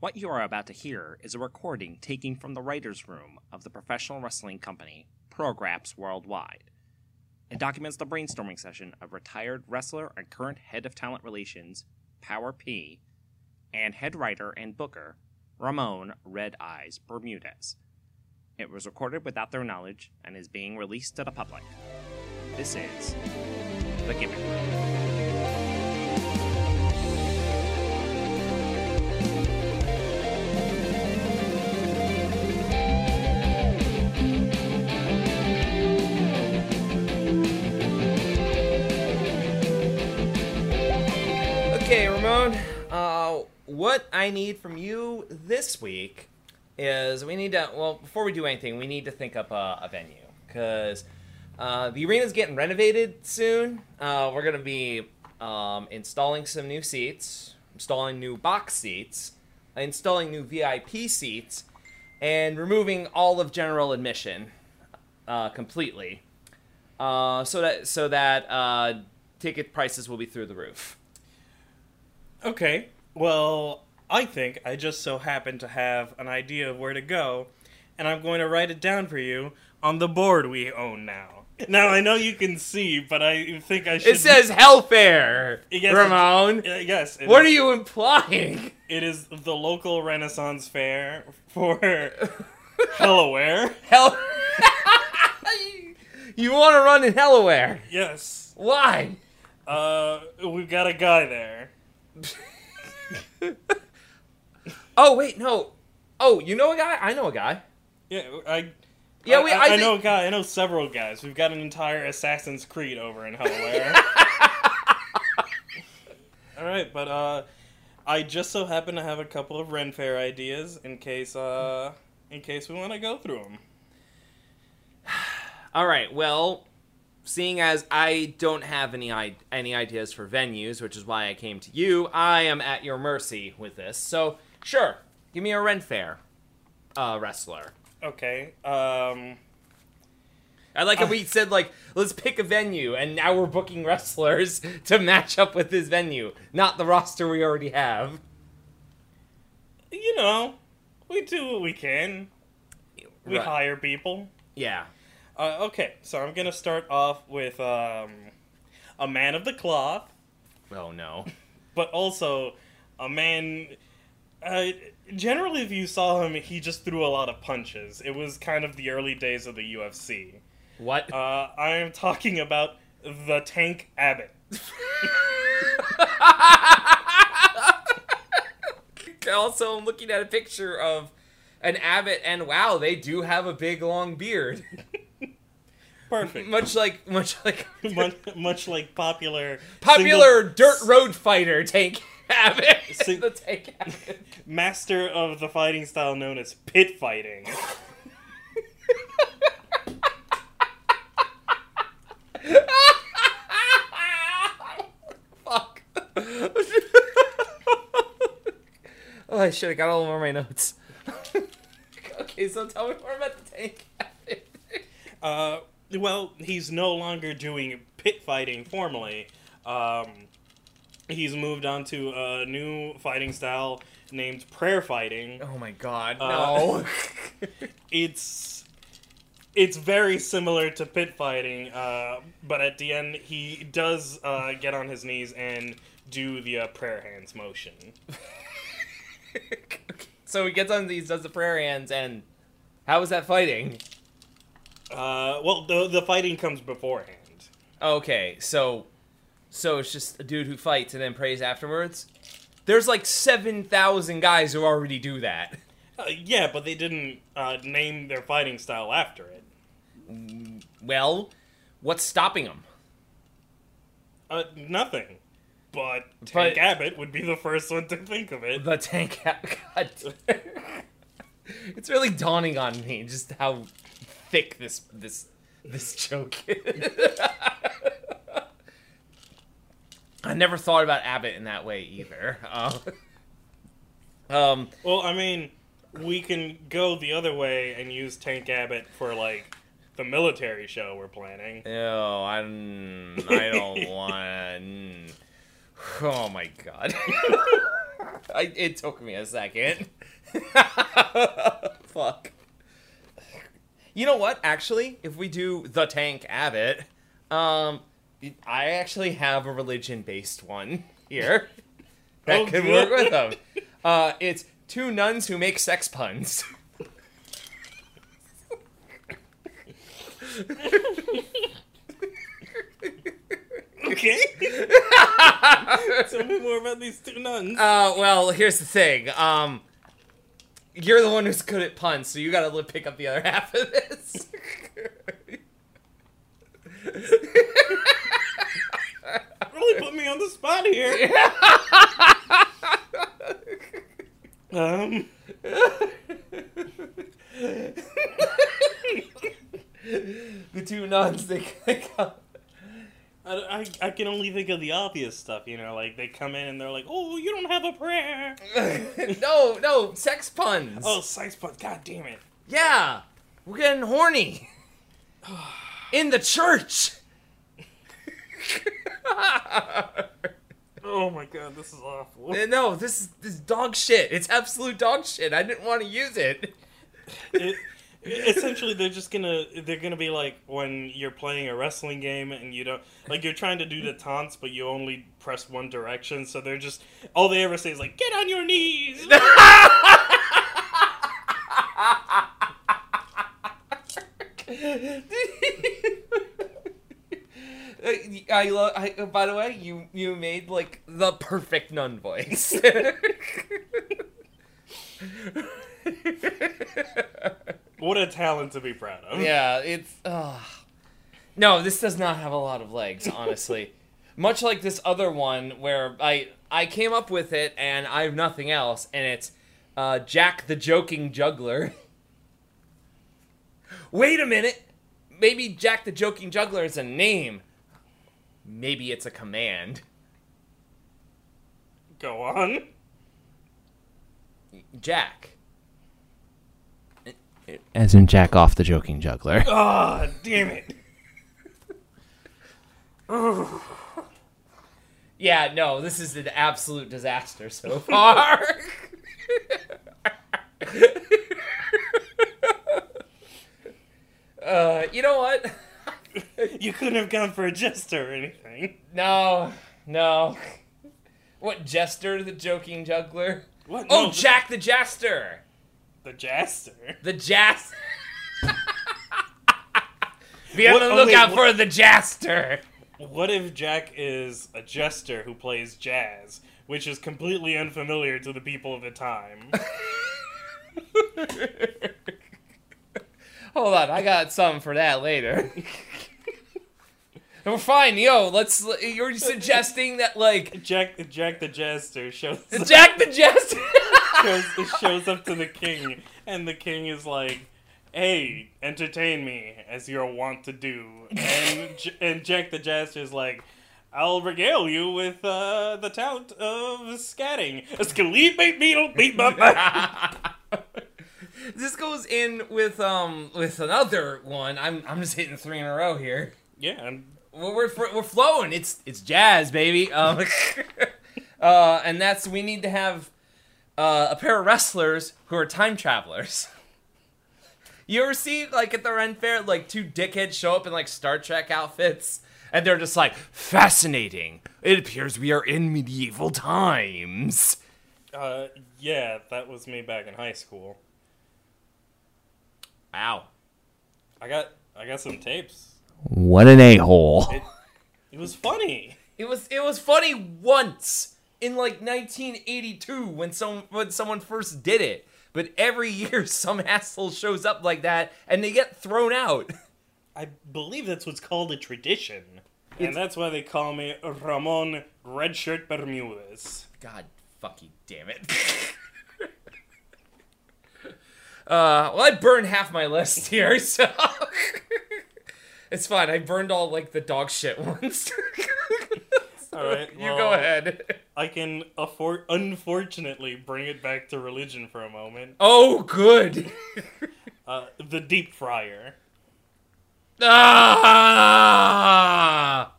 What you are about to hear is a recording taken from the writer's room of the professional wrestling company Prograps Worldwide. It documents the brainstorming session of retired wrestler and current head of talent relations, Power P, and head writer and booker, Ramon Red Eyes Bermudez. It was recorded without their knowledge and is being released to the public. This is The Gimmick Room. Okay, Ramon. Uh, what I need from you this week is we need to. Well, before we do anything, we need to think up a, a venue because uh, the arena's getting renovated soon. Uh, we're gonna be um, installing some new seats, installing new box seats, installing new VIP seats, and removing all of general admission uh, completely. Uh, so that so that uh, ticket prices will be through the roof. Okay. Well, I think I just so happen to have an idea of where to go, and I'm going to write it down for you on the board we own now. Now I know you can see, but I think I should. It says Hellfair, Yes, it- Ramon. Uh, yes. it what are is- you implying? It is the local Renaissance fair for Hellaware. Hell. you want to run in Hellaware? Yes. Why? Uh, we've got a guy there. Oh wait, no. Oh, you know a guy? I know a guy. Yeah, I. Yeah, I, we. I, I, I think- know a guy. I know several guys. We've got an entire Assassin's Creed over in Hellaware. All right, but uh, I just so happen to have a couple of Ren Fair ideas in case uh, in case we want to go through them. All right. Well, seeing as I don't have any I- any ideas for venues, which is why I came to you, I am at your mercy with this. So sure, give me a Ren Fair, uh, wrestler. Okay. Um, I like Uh, how we said like let's pick a venue, and now we're booking wrestlers to match up with this venue, not the roster we already have. you know, we do what we can. We Right. hire people. Yeah. Uh, okay, so I'm gonna start off with um, a man of the cloth. Oh no. but also a man. Uh, generally, if you saw him, he just threw a lot of punches. It was kind of the early days of the UFC. What? Uh, I am talking about the Tank Abbott. also, I'm looking at a picture of an abbot, and wow, they do have a big long beard, Perfect. much like much like much, much like popular popular single- dirt road fighter Tank Abbott. Sing- the Tank Abbott. master of the fighting style known as pit fighting. Fuck. oh, I should have got all over my notes. okay, so tell me more about the tank. Uh, well, he's no longer doing pit fighting formally. Um, he's moved on to a new fighting style named prayer fighting. oh my god, Uh, no. It's it's very similar to pit fighting, uh, but at the end he does uh, get on his knees and do the uh, prayer hands motion. so he gets on these, does the prayer hands, and how is that fighting? Uh, well, the the fighting comes beforehand. Okay, so so it's just a dude who fights and then prays afterwards. There's like seven thousand guys who already do that. Uh, yeah, but they didn't uh, name their fighting style after it. Well, what's stopping them? Uh, nothing. But But- Tank Abbott would be the first one to think of it. The tank. God. it's really dawning on me just how thick this this this joke is. I never thought about Abbott in that way either. Uh, um, Well, I mean, we can go the other way and use Tank Abbott for like the military show we're planning. ew, I'm, mm. I don't want. Oh my god. I, it took me a second. Fuck. You know what? Actually, if we do the Tank Abbott, um, I actually have a religion-based one here that Oh, could good. work with them. Uh, it's two nuns who make sex puns. Okay. Tell me more about these two nuns. Uh, well, here's the thing. Um, you're the one who's good at puns, so you gotta li- pick up the other half of this. really put me on the spot here. um. the two nuns, they, they come. I, I, I can only think of the obvious stuff, you know, like they come in and they're like, oh, you don't have a prayer. no, no, sex puns. Oh, sex but God damn it. Yeah, we're getting horny. In the church. Oh my God, this is awful. Uh, no, this is this is dog shit. It's absolute dog shit. I didn't want to use it. It- essentially, they're just gonna they're gonna be like when you're playing a wrestling game and you don't like you're trying to do the taunts, but you only press one direction. So they're just all they ever say is like, get on your knees. Uh, I- I love. I, uh, by the way, you you made like the perfect nun voice. what a talent to be proud of. yeah, it's. Uh... No, this does not have a lot of legs, honestly. Much like this other one where I I came up with it and I have nothing else, and it's uh, Jack the Joking Juggler. Wait a minute, maybe Jack the Joking Juggler is a name. Maybe it's a command. Go on. Jack. As in Jack off the joking juggler. Ah, damn it. Yeah, no, this is an absolute disaster so far. uh, you know what? You couldn't have gone for a jester or anything. No, no. What jester, the joking juggler? What? Oh, No, the- Jack the Jaster! the jester. The Jas. Be on What- the oh, wait, lookout what- for the Jaster. What if Jack is a jester who plays jazz, which is completely unfamiliar to the people of the time? Hold on, I got something for that later. We're fine, yo. Let's. You're suggesting that like Jack, Jack the jester shows Jack the Jester. shows, shows up to the king, and the king is like, "Hey, entertain me as you're wont to do." And J- and Jack the Jester is like, "I'll regale you with uh, the talent of scatting." A skelet beat beetle beat my butt. this goes in with um with another one. I'm I'm just hitting three in a row here. Yeah, I'm- We're we're, fr- we're flowing. It's it's jazz, baby. Um, uh, and that's we need to have uh, a pair of wrestlers who are time travelers. You ever see like at the Ren Fair, like two dickheads show up in like Star Trek outfits, and they're just like fascinating. It appears we are in medieval times. uh, yeah, that was me back in high school. Wow, I got I got some tapes. What an a hole. It it was funny. it was it was funny once in like 1982 when some when someone first did it, but every year some asshole shows up like that and they get thrown out. I believe that's what's called a tradition. And that's why they call me Ramon Redshirt Bermudez. God fucking damn it. uh, well, I burned half my list here, so it's fine. I burned all like the dog shit ones. All right, you well, go ahead. I can afford, unfortunately, bring it back to religion for a moment. Oh, good. Uh, the deep fryer. ah!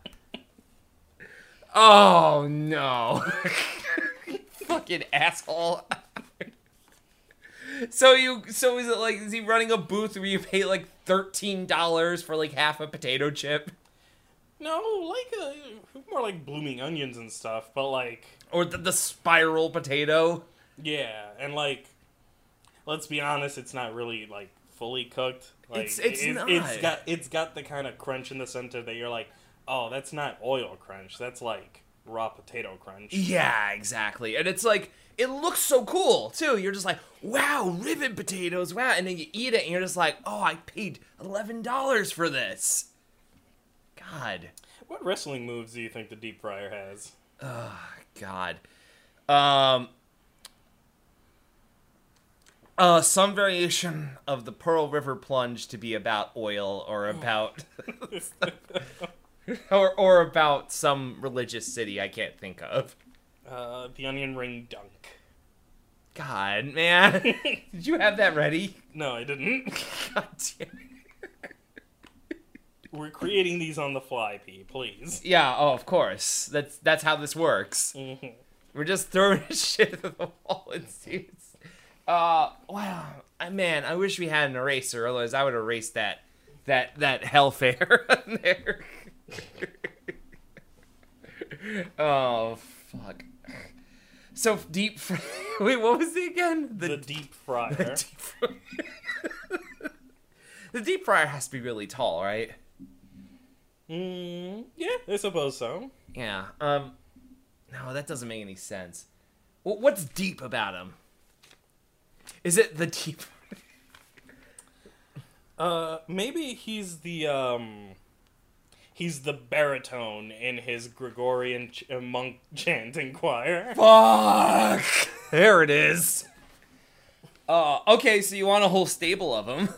Oh no. fucking asshole. so you so is it like is he running a booth where you pay like thirteen dollars for like half a potato chip? No, like uh, more like blooming onions and stuff, but like Or the, the spiral potato? yeah, and like let's be honest, it's not really like fully cooked. Like It's- it's it- not. it's got it's got the kind of crunch in the center that you're like, "Oh, that's not oil crunch. That's like raw potato crunch." Yeah, exactly. And it's like it looks so cool too. You're just like, wow, ribbon potatoes, wow. And then you eat it and you're just like, oh, I paid eleven dollars for this. God. What wrestling moves do you think the deep fryer has? God. Um uh, some variation of the Pearl River plunge to be about oil or about Uh, or or about some religious city I can't think of. Uh, the onion ring dunk. God, man. Did you have that ready? No, I didn't. God damn it. We're creating these on the fly, P, please. Yeah, oh, of course. That's that's how this works. Mm. We're just throwing shit at the wall and see. it's- Uh, wow, I, man, I wish we had an eraser. Otherwise, I would erase that that that hellfare on there. oh fuck. So deep. Fr- Wait, what was it again? The deep fryer. deep fr- the deep fryer has to be really tall, right? Mm, yeah, I suppose so. Yeah. Um. No, that doesn't make any sense. Wh- What's deep about him? Is it the deep? Uh, maybe he's the um, he's the baritone in his Gregorian ch- uh, monk chanting choir. Fuck! There it is. Uh. Okay. So you want a whole stable of them?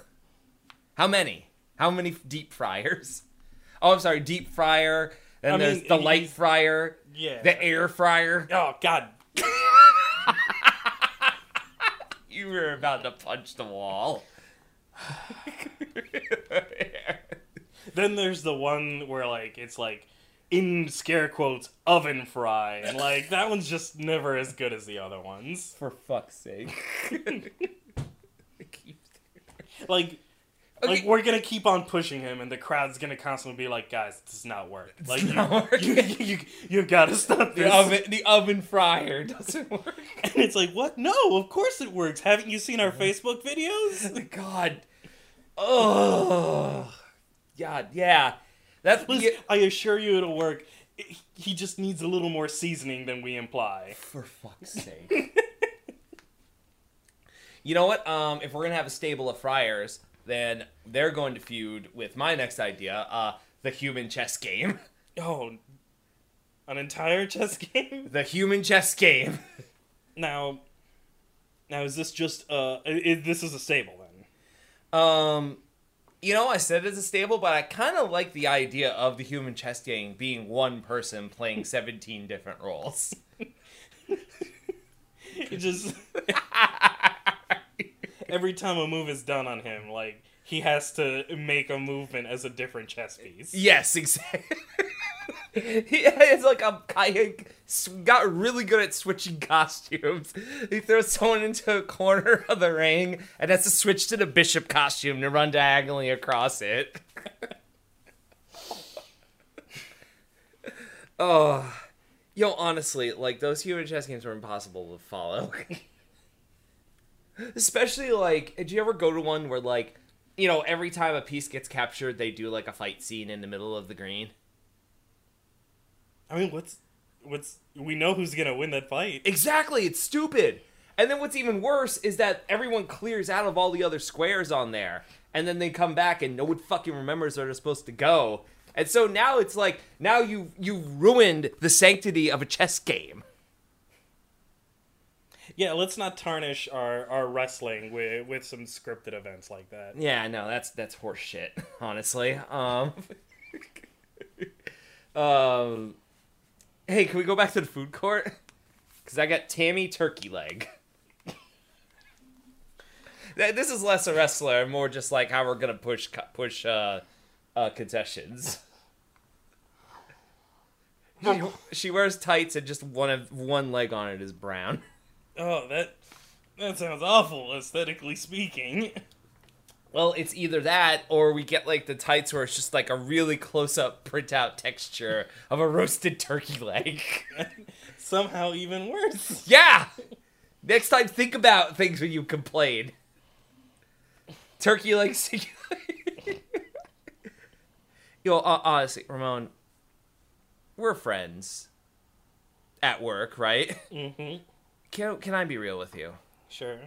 How many? How many deep fryers? Oh, I'm sorry. Deep fryer. Then I there's mean, the he- light fryer. Yeah. The air fryer. oh God. You were about to punch the wall. Then there's the one where like it's like in scare quotes oven fry, and like that one's just never as good as the other ones. For fuck's sake. Like. Like Okay. we're gonna keep on pushing him, and the crowd's gonna constantly be like, "Guys, this is not work. Like, you, not working. you, you, you gotta stop this." The oven, the oven fryer doesn't work. And it's like, what? No, of course it works. Haven't you seen our Facebook videos? God. Oh. God. Yeah. That's Listen, I assure you it'll work. He- He just needs a little more seasoning than we imply. for fuck's sake. you know what? Um, if we're gonna have a stable of friars, then they're going to feud with my next idea, uh, the human chess game. Oh, an entire chess game? The human chess game. Now, now is this just uh? i- i this is a stable then? Um, you know, I said it's a stable, but I kind of like the idea of the human chess game being one person playing 17 different roles. It just every time a move is done on him, like he has to make a movement as a different chess piece. yes, exactly. he is like a guy who got really good at switching costumes. He throws someone into a corner of the ring and has to switch to the bishop costume to run diagonally across it. oh, yo, honestly, like those human chess games were impossible to follow. Especially like, did you ever go to one where like, you know, every time a piece gets captured, they do like a fight scene in the middle of the green? I mean, what's what's we know who's gonna win that fight. Exactly, it's stupid. And then what's even worse is that everyone clears out of all the other squares on there, and then they come back and no one fucking remembers where they're supposed to go. And so now it's like now you you ruined the sanctity of a chess game. Yeah, let's not tarnish our, our wrestling with with some scripted events like that. Yeah, no, that's that's horseshit, honestly. Um, um, hey, can we go back to the food court? Because I got Tammy turkey leg. Th- this is less a wrestler, and more just like how we're gonna push co- push uh, uh, concessions. she wears tights and just one of one leg on it is brown. Oh, that that sounds awful, aesthetically speaking. Well, it's either that or we get like the tights where it's just like a really close up printout texture of a roasted turkey leg. Somehow even worse. yeah! Next time, think about things when you complain. Turkey leg singularity. Yo, uh, honestly, Ramon, we're friends at work, right? Mm-hmm. Can, can I be real with you? Sure.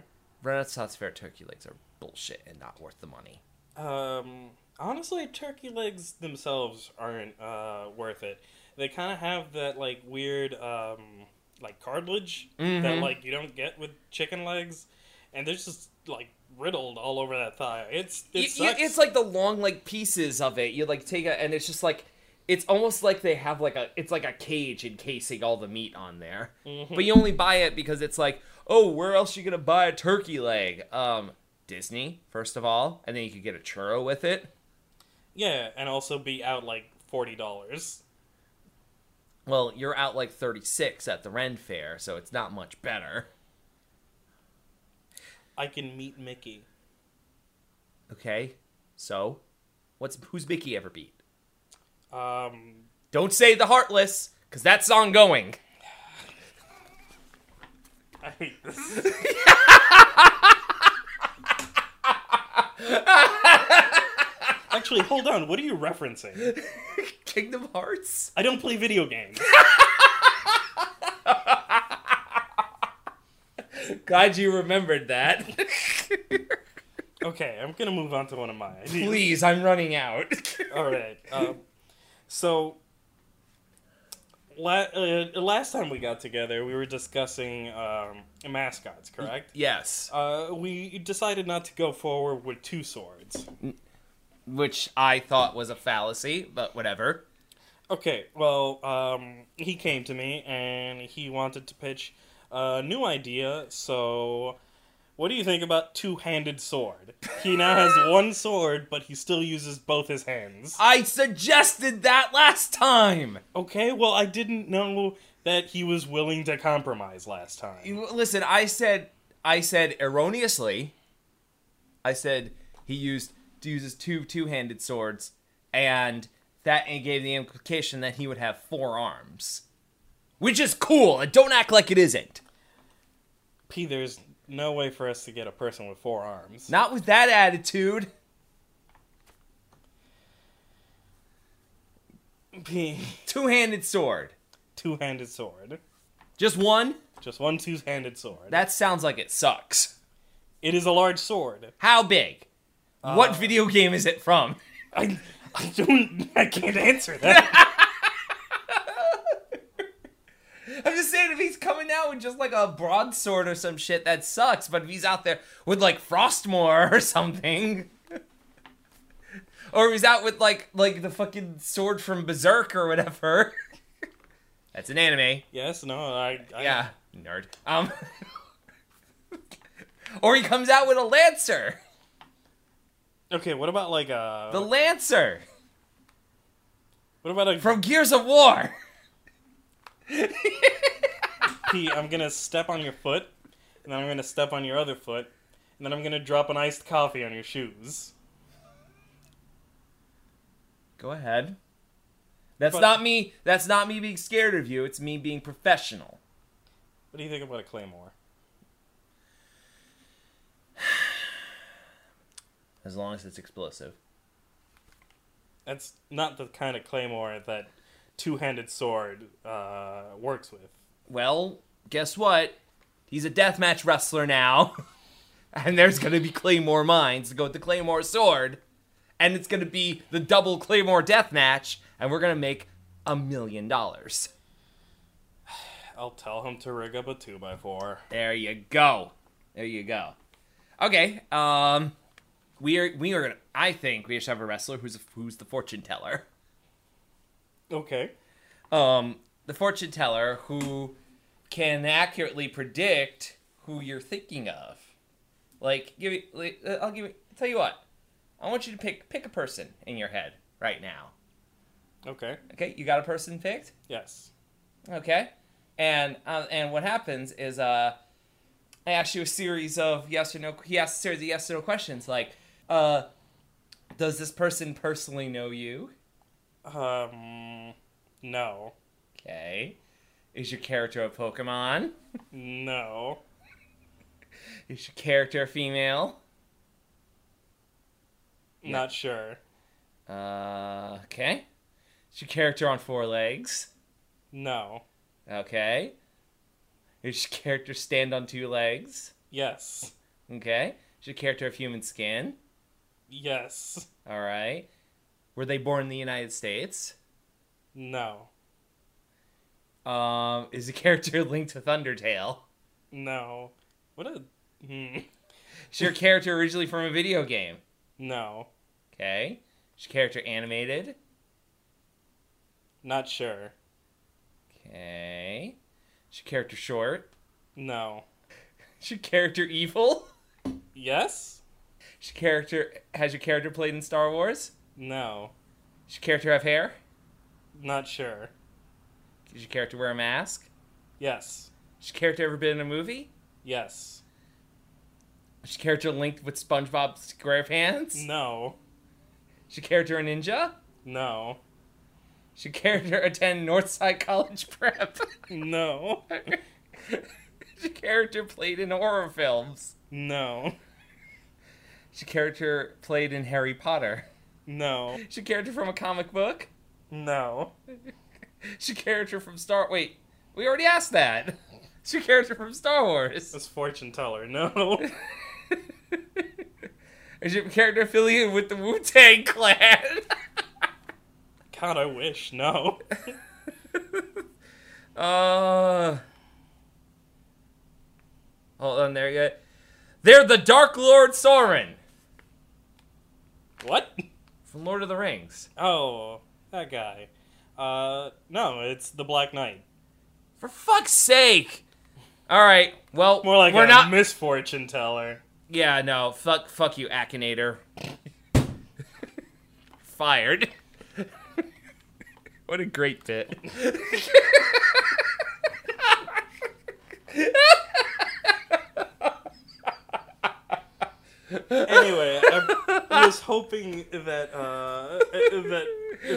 Renaissance Fair turkey legs are bullshit and not worth the money. Um, honestly, turkey legs themselves aren't uh, worth it. They kind of have that like weird um, like cartilage that Mhm. like you don't get with chicken legs, and they're just like riddled all over that thigh. It's it You- you- sucks. it's like the long like pieces of it. You like take it, and it's just like it's almost like they have like a it's like a cage encasing all the meat on there. Mm-hmm. But you only buy it because it's like, oh, where else you gonna buy a turkey leg? Um, Disney first of all, and then you could get a churro with it. yeah, and also be out like forty dollars. Well, you're out like 36 at the Ren Fair, so it's not much better. I can meet Mickey. Okay, so what's who's Mickey ever beat? Um, Don't say the Heartless, because that's ongoing. I hate this. Actually, hold on. What are you referencing? Kingdom Hearts. I don't play video games. Glad you remembered that. Okay, I'm gonna move on to one of my ideas. Please, I'm running out. All right. Um, so, la- uh, last time we got together, we were discussing um, mascots, correct? yes, Uh, we decided not to go forward with two swords. which I thought was a fallacy, but whatever. Okay, well, um, he came to me and he wanted to pitch a new idea. So, what do you think about two-handed sword? He now has one sword, but he still uses both his hands. I suggested that last time. Okay, well, I didn't know that he was willing to compromise last time. You- Listen, I said I said erroneously. I said he used uses two two-handed swords and that gave the implication that he would have four arms. Which is cool, and don't act like it isn't. P, there's no way for us to get a person with four arms. Not with that attitude. P, Two-handed sword. two-handed sword. Just one? Just one two-handed sword. That sounds like it sucks. it is a large sword. How big? what video game is it from? I, I don't. I can't answer that. I'm just saying, if he's coming out with just like a broadsword or some shit, that sucks. But if he's out there with like Frostmore or something, or if he's out with like like the fucking sword from Berserk or whatever, that's an anime. yes. No. I. I Yeah, nerd. Um, or he comes out with a lancer. Okay. What about like a? The lancer what about a from Gears of War. P? I'm gonna step on your foot, and then I'm gonna step on your other foot, and then I'm gonna drop an iced coffee on your shoes. Go ahead. That's But- not me. That's not me being scared of you. It's me being professional. What do you think about a claymore? As long as it's explosive. That's not the kind of claymore that two-handed sword uh, works with. Well, guess what? He's a deathmatch wrestler now. and there's going to be Claymore mines to go with the Claymore sword. And it's going to be the double Claymore deathmatch. And we're going to make a million dollars. I'll tell him to rig up a two by four. There you go. There you go. Okay. Um, we are, we are going to, I think we should have a wrestler who's, a, who's the fortune teller. Okay. um, the fortune teller who can accurately predict who you're thinking of. Like, give me, like, uh, I'll give you, tell you what, I want you to pick pick a person in your head right now, Okay. Okay, you got a person picked. Yes. Okay, and uh, and what happens is uh, I ask you a series of yes or no. He asks a series of yes or no questions like, uh, does this person personally know you? Um. No. Okay, is your character a Pokemon? No. Is your character a female? Not sure. Uh, okay. Is your character on four legs? No. Okay. Is your character stand on two legs? Yes. Okay. Is your character of human skin? Yes. All right. Were they born in the United States? No. Um, is the character linked with Undertale? No. What a. Hmm. Is your character originally from a video game? No. Okay. Is your character animated? Not sure. Okay. Is your character short? No. Is your character evil? Yes? Is your character has your character played in Star Wars? No. Does your character have hair? Not sure. Does your character wear a mask? Yes. Has your character ever been in a movie? Yes. Is your character linked with SpongeBob SquarePants? No. Is your character a ninja? No. Is your character attend Northside College Prep? No. Is your character played in horror films? No. Is your character played in Harry Potter? No. Is your character from a comic book? No. Is your character from Star... Wait, we already asked that. Is your character from Star Wars? This fortune teller, no. Is your character affiliated with the Wu-Tang Clan? God, I wish, no. Uh, hold on, there you go. They're the Dark Lord Sauron What? from Lord of the Rings. Oh, that guy. Uh, no, it's the Black Knight. For fuck's sake! All right, well, More like we're a not. misfortune teller. yeah, no, fuck, fuck you, Akinator. Fired. what a great bit. Anyway, I I was hoping that uh, that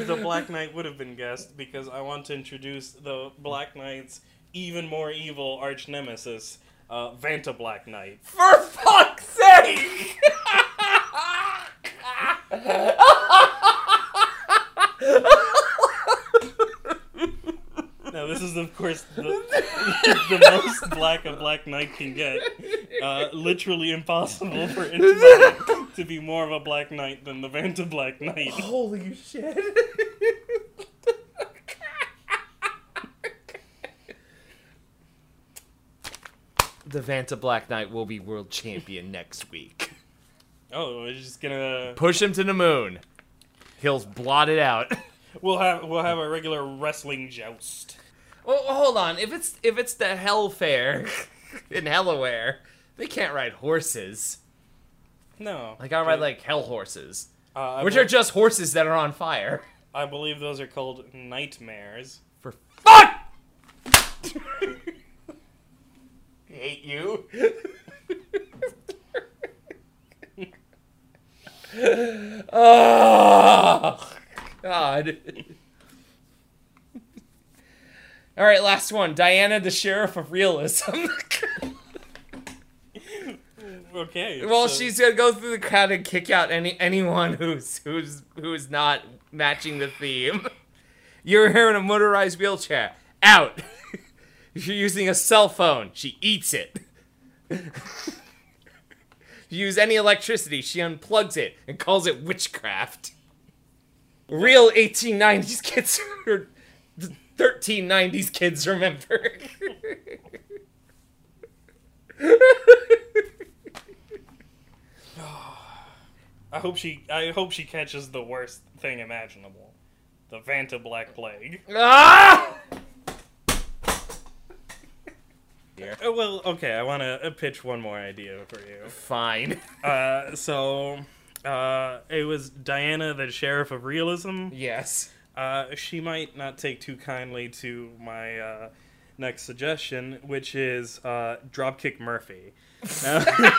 the Black Knight would have been guessed because I want to introduce the Black Knight's even more evil arch nemesis, uh, Vanta Black Knight. For fuck's sake! Now, this is of course the, the most black a Black Knight can get. Uh, literally impossible for anybody to be more of a Black Knight than the Vanta Black Knight. Holy shit. the Vanta Black Knight will be world champion next week. Oh, we're just gonna Push him to the moon. He'll blot it out. we'll have we'll have a regular wrestling joust. Well, Oh, hold on. If it's if it's the Hell Fair in Hellaware, they can't ride horses. No, Like I ride like hell horses, uh, I which bel- are just horses that are on fire. I believe those are called nightmares. For fuck! hate you. oh, God. All right, last one. Diana, the sheriff of realism. Okay. well, so- she's gonna go through the crowd and kick out any anyone who's who's who is not matching the theme. You're here in a motorized wheelchair. Out. if you're using a cell phone, she eats it. if you use any electricity, she unplugs it and calls it witchcraft. Real 1890s kids or 1390s kids remember. I hope she I hope she catches the worst thing imaginable, the Vanta Black Plague. ah! Uh, well, okay. I want to pitch one more idea for you. Fine. Uh, so uh, it was Diana, the sheriff of realism. Yes. uh, she might not take too kindly to my uh, next suggestion, which is uh, Dropkick Murphy. Now,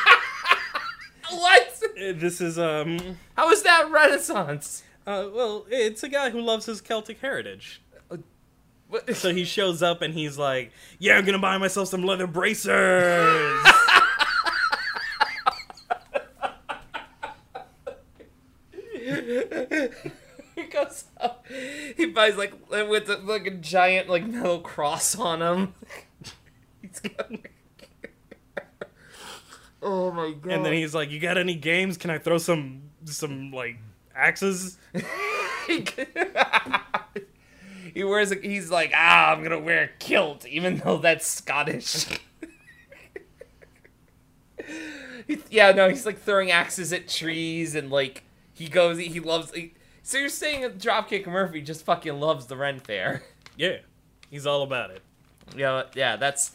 What? this is um, How is that Renaissance? uh, well, it's a guy who loves his Celtic heritage. What? So he shows up and he's like, "Yeah, I'm gonna buy myself some leather bracers." he goes up. He buys like with the, like a giant like metal cross on him. He's got. oh my god! and then he's like, "You got any games? Can I throw some some like axes?" he, he wears. A, he's like, ah, I'm gonna wear a kilt, even though that's Scottish. He- yeah, no, he's like throwing axes at trees, and like he goes, he loves. He, so you're saying that Dropkick Murphy just fucking loves the Ren Fair? Yeah, he's all about it. Yeah, yeah, that's.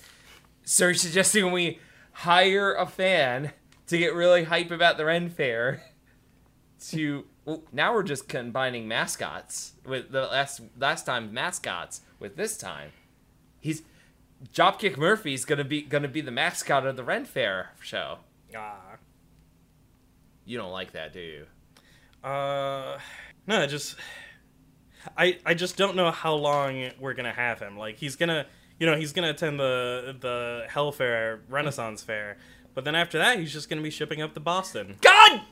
So you're suggesting we hire a fan to get really hype about the Ren Fair. To well, now we're just combining mascots with the last last time mascots with this time. He's Dropkick Murphy's gonna be gonna be the mascot of the Ren Fair show. Ah. You don't like that, do you? Uh, no, I just I I just don't know how long we're gonna have him. Like he's gonna, you know, he's gonna attend the the Hell Fair, Renaissance Fair, but then after that, he's just gonna be shipping up to Boston. God